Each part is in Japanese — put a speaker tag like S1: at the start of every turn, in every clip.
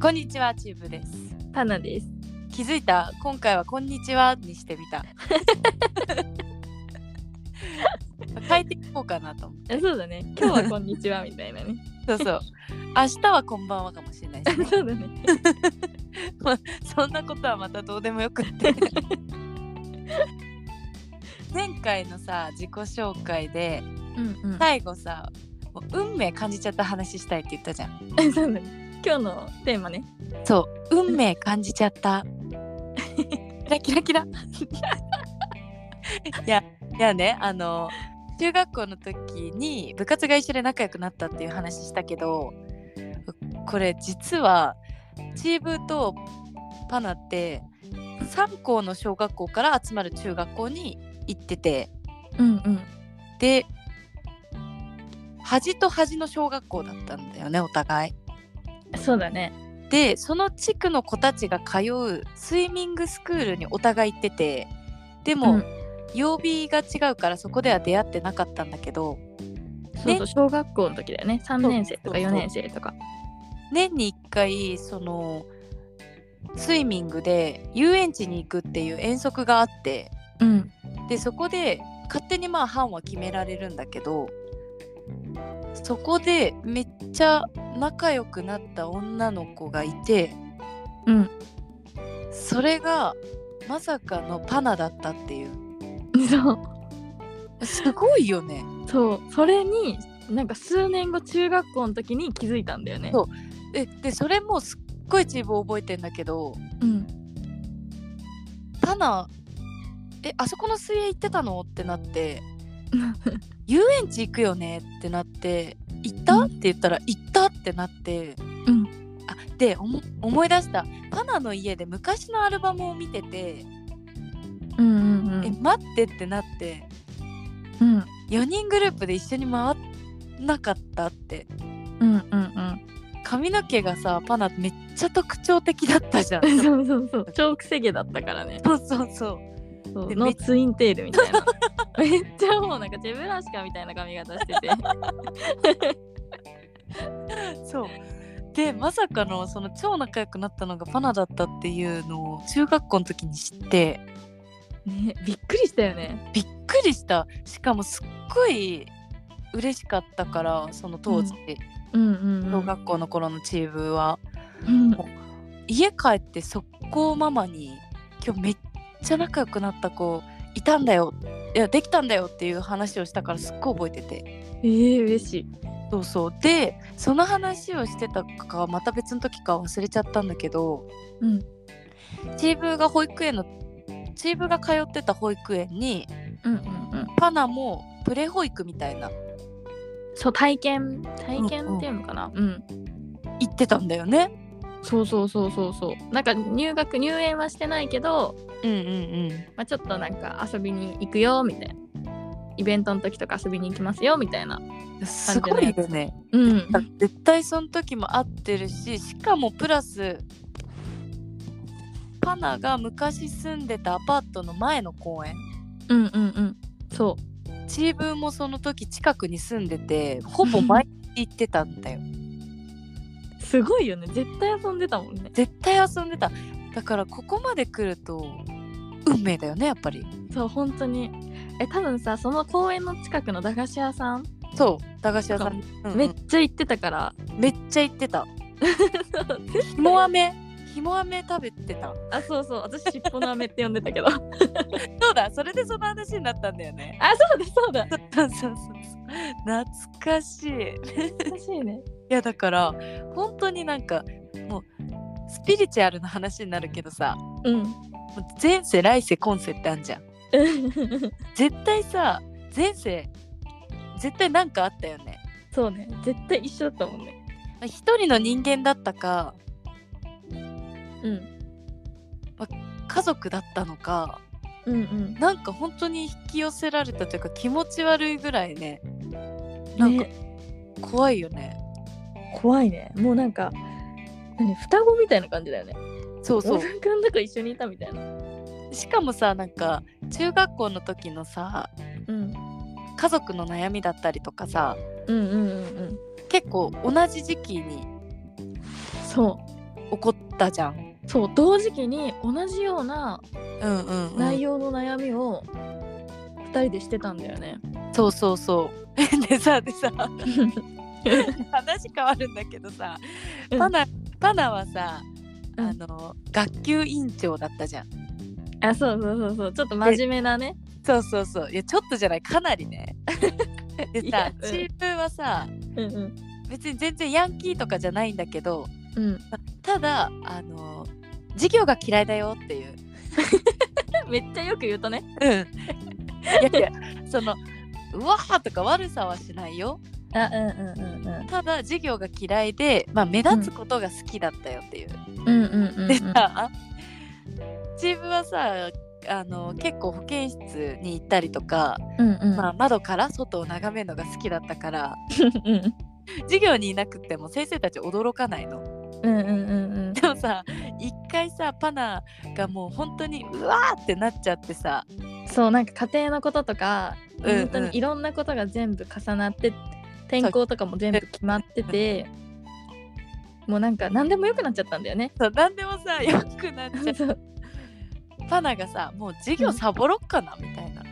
S1: こんにちはチープです
S2: タナです。
S1: 気づいた今回はこんにちはにしてみた 変えていこうかなと思って
S2: えそうだ ね。今日はこんにちはみたいなね。
S1: そうそう明日はこんばんはかもしれないしね、
S2: そうだね。
S1: まあそんなことはまたどうでもよくって前回のさ自己紹介で
S2: うんうん。
S1: 最後さもう運命感じちゃった話したいって言ったじゃん
S2: い。そうだね。今日のテーマね。
S1: そう運命感じちゃったキラキラキラいやいやねあの中学校の時に部活が一緒で仲良くなったっていう話したけどこれ実はチーブとパナって3校の小学校から集まる中学校に行ってて
S2: うんうん。
S1: で端と端の小学校だったんだよねお互い。
S2: そうだね。
S1: でその地区の子たちが通うスイミングスクールにお互い行っててでも、
S2: うん
S1: 曜日が違うからそこでは出会ってなかったんだけど
S2: そうそう、小学校の時だよね。三年生と
S1: そう
S2: か
S1: そう
S2: 四年生とか。
S1: 年に1回そのスイミングで遊園地に行くっていう遠足があって
S2: うん。
S1: でそこで勝手にまあ班は決められるんだけどそこでめっちゃ仲良くなった女の子がいて。
S2: うん。
S1: それがまさかのパナだったっていう
S2: そう。
S1: すごいよね
S2: そう。それに、なんか数年後中学校の時に気づいたんだよね。
S1: そうえでそれもすっごいチーム覚えてんだけど
S2: うん。
S1: パナえあそこの水泳行ってたのってなって遊園地行くよねってなって行った
S2: うん
S1: って言ったら行ったってなって
S2: うん
S1: あでおも思い出したパナの家で昔のアルバムを見てて、
S2: うんうんう
S1: え
S2: ん。
S1: 待ってってなって
S2: うん
S1: 4人グループで一緒に回んなかったって
S2: うんうん
S1: 髪の毛がさパナめっちゃ特徴的だったじゃん
S2: うん。 そうそうそう。超癖毛だったからね。
S1: そうそうそう
S2: そう
S1: で
S2: の
S1: め
S2: ツインテールみたい なめっちゃもうなんかジェブラシカみたいな髪型してて
S1: そうでまさかのその超仲良くなったのがパナだったっていうのを中学校の時に知って
S2: ねびっくりしたよね
S1: びっくりしたしかもすっごい嬉しかったからその当時、
S2: うんうんうん
S1: 小学校の頃のチームは、
S2: うん
S1: 家帰って速攻ママに「今日めっちゃ仲良くなった子いたんだよいやできたんだよ」っていう話をしたからすっごい覚えてて。
S2: えー、嬉しい
S1: そうそうでその話をしてたかまた別の時か忘れちゃったんだけど
S2: うん
S1: チーブが保育園のチーブが通ってた保育園に
S2: うんうんうん
S1: パナもプレ保育みたいな
S2: そう体験体験っていうのかなうん、
S1: 行ってたんだよね
S2: そうそうそうそうそうなんか入学入園はしてないけど、
S1: うんうん
S2: まあ、ちょっとなんか遊びに行くよみたいなイベントの時とか遊びに行きますよみたいな
S1: うんすごいよね
S2: うん
S1: だから絶対その時も合ってるししかもプラスパナが昔住んでたアパートの前の公園
S2: うんうんうんそ
S1: チーブもその時近くに住んでてほぼ毎日行ってたんだよ
S2: うすごいよね絶対遊んでたもんね
S1: 絶対遊んでただからここまで来ると運命だよねやっぱり
S2: そう本当にえ多分さその公園の近くの駄菓子屋さん、
S1: そう駄菓子屋さん、うんうん
S2: めっちゃ行ってたから
S1: めっちゃ行 ってたひも飴ひも飴食べてた
S2: あそうそう私尻尾の飴って呼んでたけどあそ
S1: そうだそれでその話になったんだよね
S2: うだそう だ
S1: そうそうそうそう懐かしいい
S2: 懐かしいね
S1: やだから本当になんかもうスピリチュアルな話になるけどさも
S2: うん
S1: う前世来世今世ってあんじゃん
S2: うん
S1: 絶対さ前世絶対なんかあったよね
S2: そうね絶対一緒だったもんね
S1: 一人の人間だったか
S2: うん
S1: 家族だったのか
S2: うんうん
S1: なんか本当に引き寄せられたというか気持ち悪いぐらいねな
S2: なんん
S1: か
S2: か、
S1: 怖いよね
S2: 怖いねもうなんか何双子みたいな感じだよね
S1: そうそ
S2: お
S1: う
S2: 腹の中一緒にいたみたいな
S1: しかもさなんか中学校の時のさ
S2: うん
S1: 家族の悩みだったりとかさ
S2: うんうんうんうん
S1: 結構同じ時期に
S2: そ
S1: 起こったじゃん。
S2: そう同時期に同じような
S1: うんうん、うん、
S2: 内容の悩みを2人でしてたんだよね。
S1: そうそうそう。 でさで さ話変わるんだけどさ
S2: うん
S1: パナパナはさ
S2: うん
S1: あの学級委員長だったじゃん。
S2: あそうそうそうそうちょっと真面目なね。
S1: そうそうそういやちょっとじゃないかなりね。 で
S2: い
S1: さ
S2: やうん
S1: チープはさ
S2: うんうん
S1: 別に全然ヤンキーとかじゃないんだけど
S2: うん、
S1: ただあの授業が嫌いだよっていう。
S2: めっちゃよく言うとね。
S1: うん、いやいやそのうわーとか悪さはしないよ
S2: あうんうんうんうん
S1: ただ授業が嫌いで、まあ、目立つことが好きだったよっていう。
S2: うんうんうん
S1: でさ チームはさあの結構保健室に行ったりとか、
S2: うんうん
S1: まあ、窓から外を眺めるのが好きだったから
S2: うん
S1: 授業にいなくっても先生たち驚かないの。
S2: うんうんうん
S1: でもさ一回さパナがもう本当にうわーってなっちゃってさ
S2: うんそうなんか家庭のこととか、
S1: うんうん
S2: 本当にいろんなことが全部重なって転校とかも全部決まっててもうなんか何でもよくなっちゃったんだよね。
S1: そう何でもさよくなっちゃう
S2: そう
S1: パナがさもう授業サボろっかなみたいな。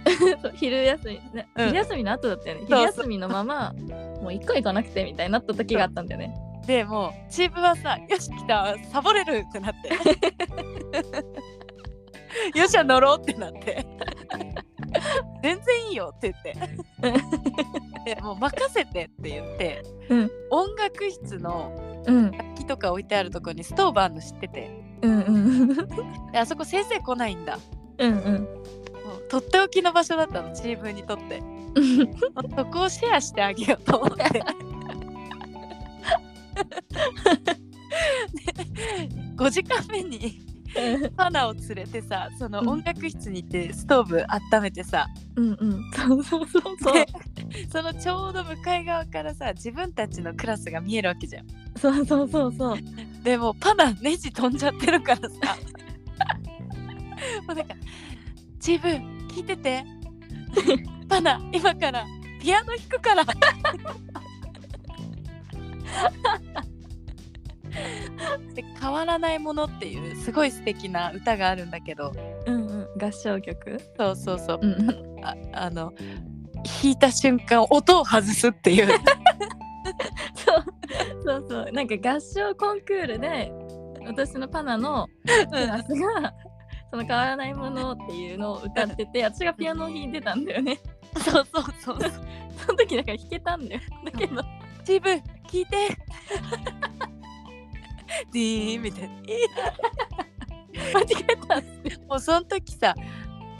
S2: そう昼休み、ね
S1: うん
S2: 昼休みの後だったよね
S1: そう
S2: 昼休みのままもう一個行かなくてみたいになった時があったんだよね。
S1: でもうチームはさ「よし来たサボれる!」ってな って「よっしゃ乗ろう!」ってなって「全然いいよ」って言ってで「もう任せて」って言って、
S2: うん
S1: 音楽室の
S2: うん
S1: 楽器とか置いてあるとこにストーブあんの知ってて
S2: うんうん
S1: であそこ先生来ないんだ
S2: う んうん
S1: もうとっておきの場所だったのチームにとってそこをシェアしてあげようと思 ってで5時間目にパナを連れてさその
S2: うん
S1: 音楽室に行ってストーブ温めてさ、
S2: うんうんそうそうそう そう
S1: でそのちょうど向かい側からさ自分たちのクラスが見えるわけじゃん
S2: そうそうそうそう
S1: でもうパナネジ飛んじゃってるからさもうなんか「チーブ聞いててパナ今からピアノ弾くから」で変わらないもの」っていうすごい素敵な歌があるんだけど
S2: うんうん合唱曲
S1: そうそうそう
S2: うんうん
S1: ああの弾いた瞬間音を外すっていう
S2: そうそうそうなんか合唱コンクールで私のパナのクラスが「その変わらないもの」っていうのを歌ってて私がピアノを弾いてたんだよね
S1: そうそうそう
S2: その時だから弾けたんだよだけど
S1: チーブ聞いて ディーンみたいな
S2: 間違えた
S1: もうその時さ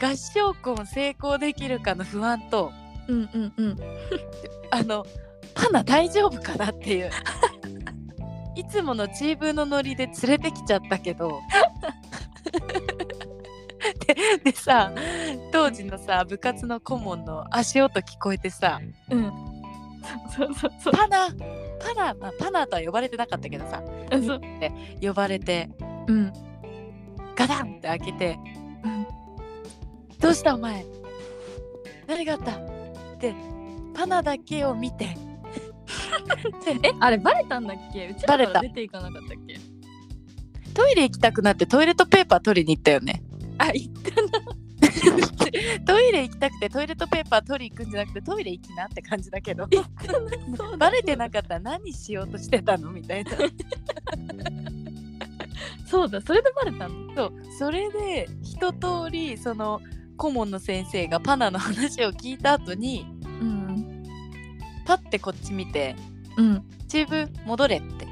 S1: 合唱コン成功できるかの不安と
S2: うんうんうん
S1: あのパナ大丈夫かなって いういつものチーブのノリで連れてきちゃったけ どででさ当時のさ部活の顧問の足音聞こえてさ
S2: うんそうそうそう
S1: パナパナ、まあ、パナとは呼ばれてなかったけどさ
S2: そうそう
S1: 呼ばれて
S2: うん
S1: ガタンって開けて
S2: うん
S1: 「どうしたお前何があった?」ってパナだけを見てで
S2: えあれバレたんだっけうちら
S1: バ
S2: か
S1: レ
S2: ら
S1: た
S2: 出ていかなかったっけ
S1: トイレ行きたくなってトイレットペーパー取りに行ったよね。
S2: あい
S1: トイレ行きたくてトイレットペーパー取り行くんじゃなくてトイレ行きなって感じだけどバレてなかったら何しようとしてたのみ たいな
S2: そうだそれでバレたの
S1: そうそれで一通りその顧問の先生がパナの話を聞いた後に
S2: うん
S1: パッてこっち見て
S2: うん
S1: 「チーブ戻れ」っ て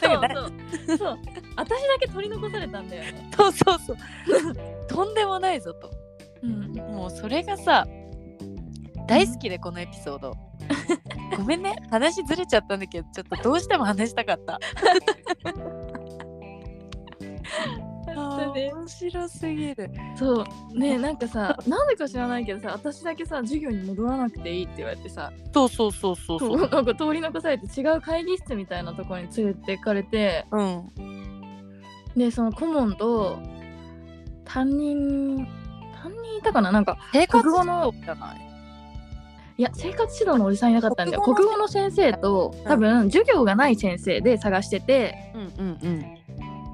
S2: そう
S1: から
S2: そうそう私だけ取り残されたんだよね
S1: そうそうそうとんでもないぞと
S2: うん
S1: もうそれがさ大好きでこのエピソー ドごめんね話ずれちゃったんだけどちょっとどうしても話したかったあー面白すぎる
S2: そうねなんかさなんでか知らないけどさ私だけさ授業に戻らなくていいって言われてさ
S1: そうそうそうそう
S2: そう なんか通り残されて違う会議室みたいなところに連れてかれて
S1: うん
S2: でその顧問と担任担任いたかななんか
S1: 生活
S2: 国語の
S1: 指導じゃない
S2: いや生活指導のおじさんいなかったんだよ
S1: 国
S2: 国
S1: 語
S2: 語の先生と
S1: ん
S2: 多分授業がない先生で探してて
S1: うんうんうん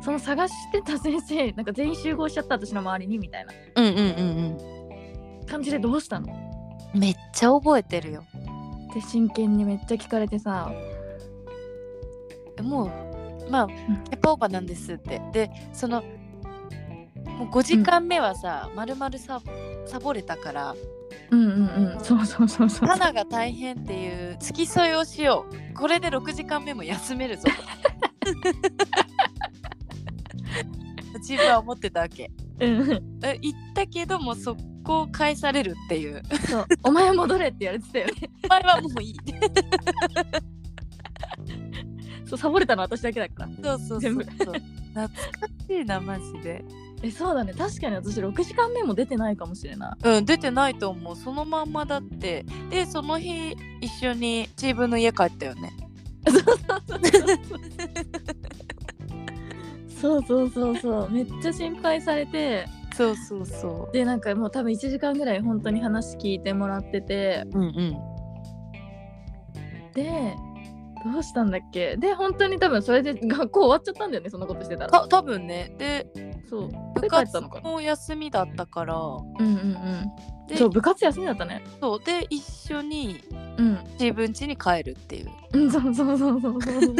S2: その探してた先生なんか全員集合しちゃった私の周りにみたいな
S1: うんうんうん
S2: 感じでどうしたの
S1: うんめっちゃ覚えてるよ
S2: って真剣にめっちゃ聞かれてさ
S1: もうまあキャパオーバーなんですってでそのもう5時間目はさ、まるまるさサボれたから
S2: うんうんうんそうそうそ うそう
S1: タナが大変っていう付き添いをしようこれで6時間目も休める ぞ自分は思ってたわけ
S2: うん
S1: え行ったけども速攻返されるっていう
S2: そうお前戻れって言われてたよね
S1: お前はもういい
S2: そうサボれたの私だけだから
S1: そうそうそうそう
S2: 全部
S1: 懐かしいなマジで
S2: えそうだね確かに私6時間目も出てないかもしれない
S1: うん出てないと思うそのまんまだってでその日一緒に自分の家帰ったよね
S2: そうそうそう そうめっちゃ心配されて
S1: そうそうそ
S2: でなんかもう多分1時間ぐらい本当に話聞いてもらってて
S1: ううんうん
S2: でどうしたんだっけで本当に多分それで学校終わっちゃったんだよねそんなことしてたら
S1: た多分ねで
S2: そう
S1: 部
S2: で帰った
S1: 活
S2: のかな
S1: も休みだったから
S2: うんうんう
S1: で
S2: んそう部活休みだったね
S1: そうで一緒に
S2: うん
S1: 自分家に帰るっていう
S2: うんそうそうそうそうそうそう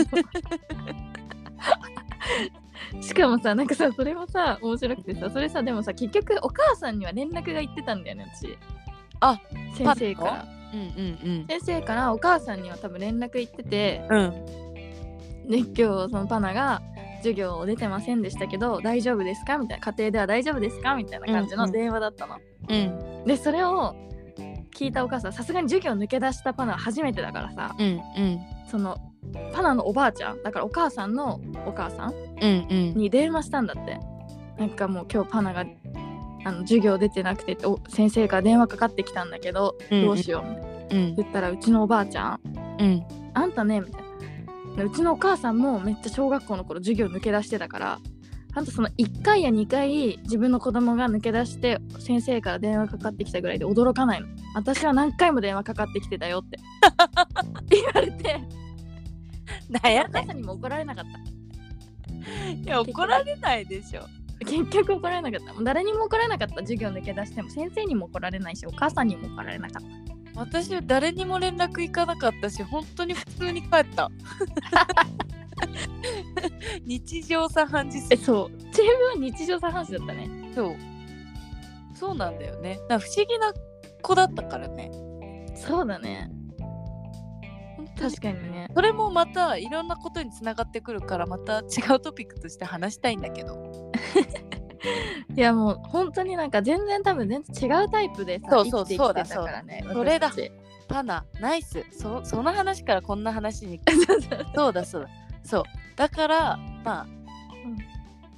S2: しかもさなんかさそれもさ面白くてさそれさでもさ結局お母さんには連絡が行ってたんだよね私
S1: あ
S2: 先生か
S1: パ
S2: ら
S1: うんうん
S2: 先生からお母さんには多分連絡行ってて
S1: うんうん
S2: で今日そのパナが授業を出てませんでしたけど大丈夫ですかみたいな家庭では大丈夫ですかみたいな感じ
S1: うんう
S2: の
S1: ん
S2: 電話だったの、
S1: うん
S2: でそれを聞いたお母さんさすがに授業抜け出したパナは初めてだからさ
S1: うんうん
S2: そのパナのおばあちゃんだからお母さんのお母さん
S1: うんうん
S2: に電話したんだってなんかもう今日パナがあの授業出てなくてお先生から電話かかってきたんだけど
S1: うんうん
S2: どうしようみたいな
S1: うん
S2: 言ったらうちのおばあちゃん
S1: うん
S2: あんたねみたいなでうちのお母さんもめっちゃ小学校の頃授業抜け出してたからあんたその1回や2回自分の子供が抜け出して先生から電話かかってきたぐらいで驚かないの私は何回も電話かかってきてた よって言われて
S1: 悩
S2: お母さんにも怒られなかっ
S1: いや怒られないでしょ
S2: た結局怒られなかったもう誰にも怒られなかった授業抜け出しても先生にも怒られないしお母さんにも怒られなかった
S1: 私誰にも連絡行かなかったし本当に普通に帰った 日常茶飯事
S2: え
S1: す
S2: そう自分は日常茶飯事だったね
S1: そうそうなんだよねなんか不思議な子だったからね
S2: そうだね
S1: 本当に
S2: 確かにね
S1: それもまたいろんなことにつながってくるからまた違うトピックとして話したいんだけど
S2: いやもう本当になんか全然多分全然違うタイプでさ
S1: そうそう
S2: 生きてきてたからね
S1: そうだ
S2: 私たち
S1: パナナイスそその話からこんな話 に
S2: そうそう
S1: そうだそうだそうだからまあ、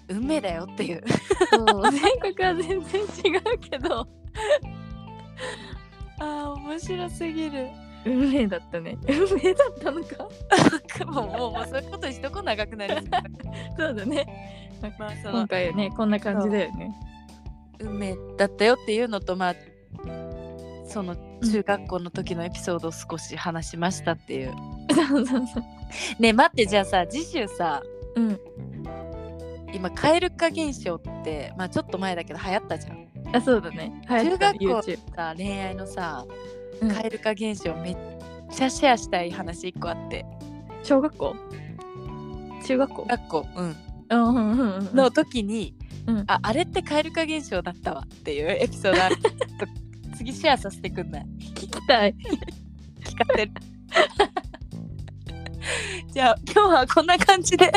S1: 運命だよっていう
S2: そう全国は全然違うけど
S1: あー面白すぎる
S2: 運命だったね運命だったのか
S1: もうもうもうそういうことにしとこう長くなりそう
S2: そうだね
S1: まあそ
S2: 今
S1: の
S2: 回はねこんな感じだよね
S1: 運命だったよっていうのとまあその中学校の時のエピソードを少し話しましたっていう、
S2: そうそうそう
S1: ねえ待ってじゃあさ次週さ
S2: うん
S1: 今蛙化現象ってまあちょっと前だけど流行ったじゃん
S2: あそうだねはい
S1: 中学校
S2: YouTube
S1: さ恋愛のさ
S2: うん
S1: 蛙化現象めっちゃシェアしたい話一個あって
S2: 小学校中学校
S1: 学校うん
S2: うんうんうんうん
S1: の時に、
S2: うん
S1: ああれって蛙化現象だったわっていうエピソードあ るちょっと次シェアさせてくんない
S2: 聞きたい
S1: 聞かせるじゃあ今日はこんな感じで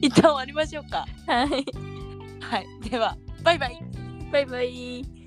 S1: 一旦終わりましょうか
S2: はい
S1: はいではバイバイ
S2: バイバイ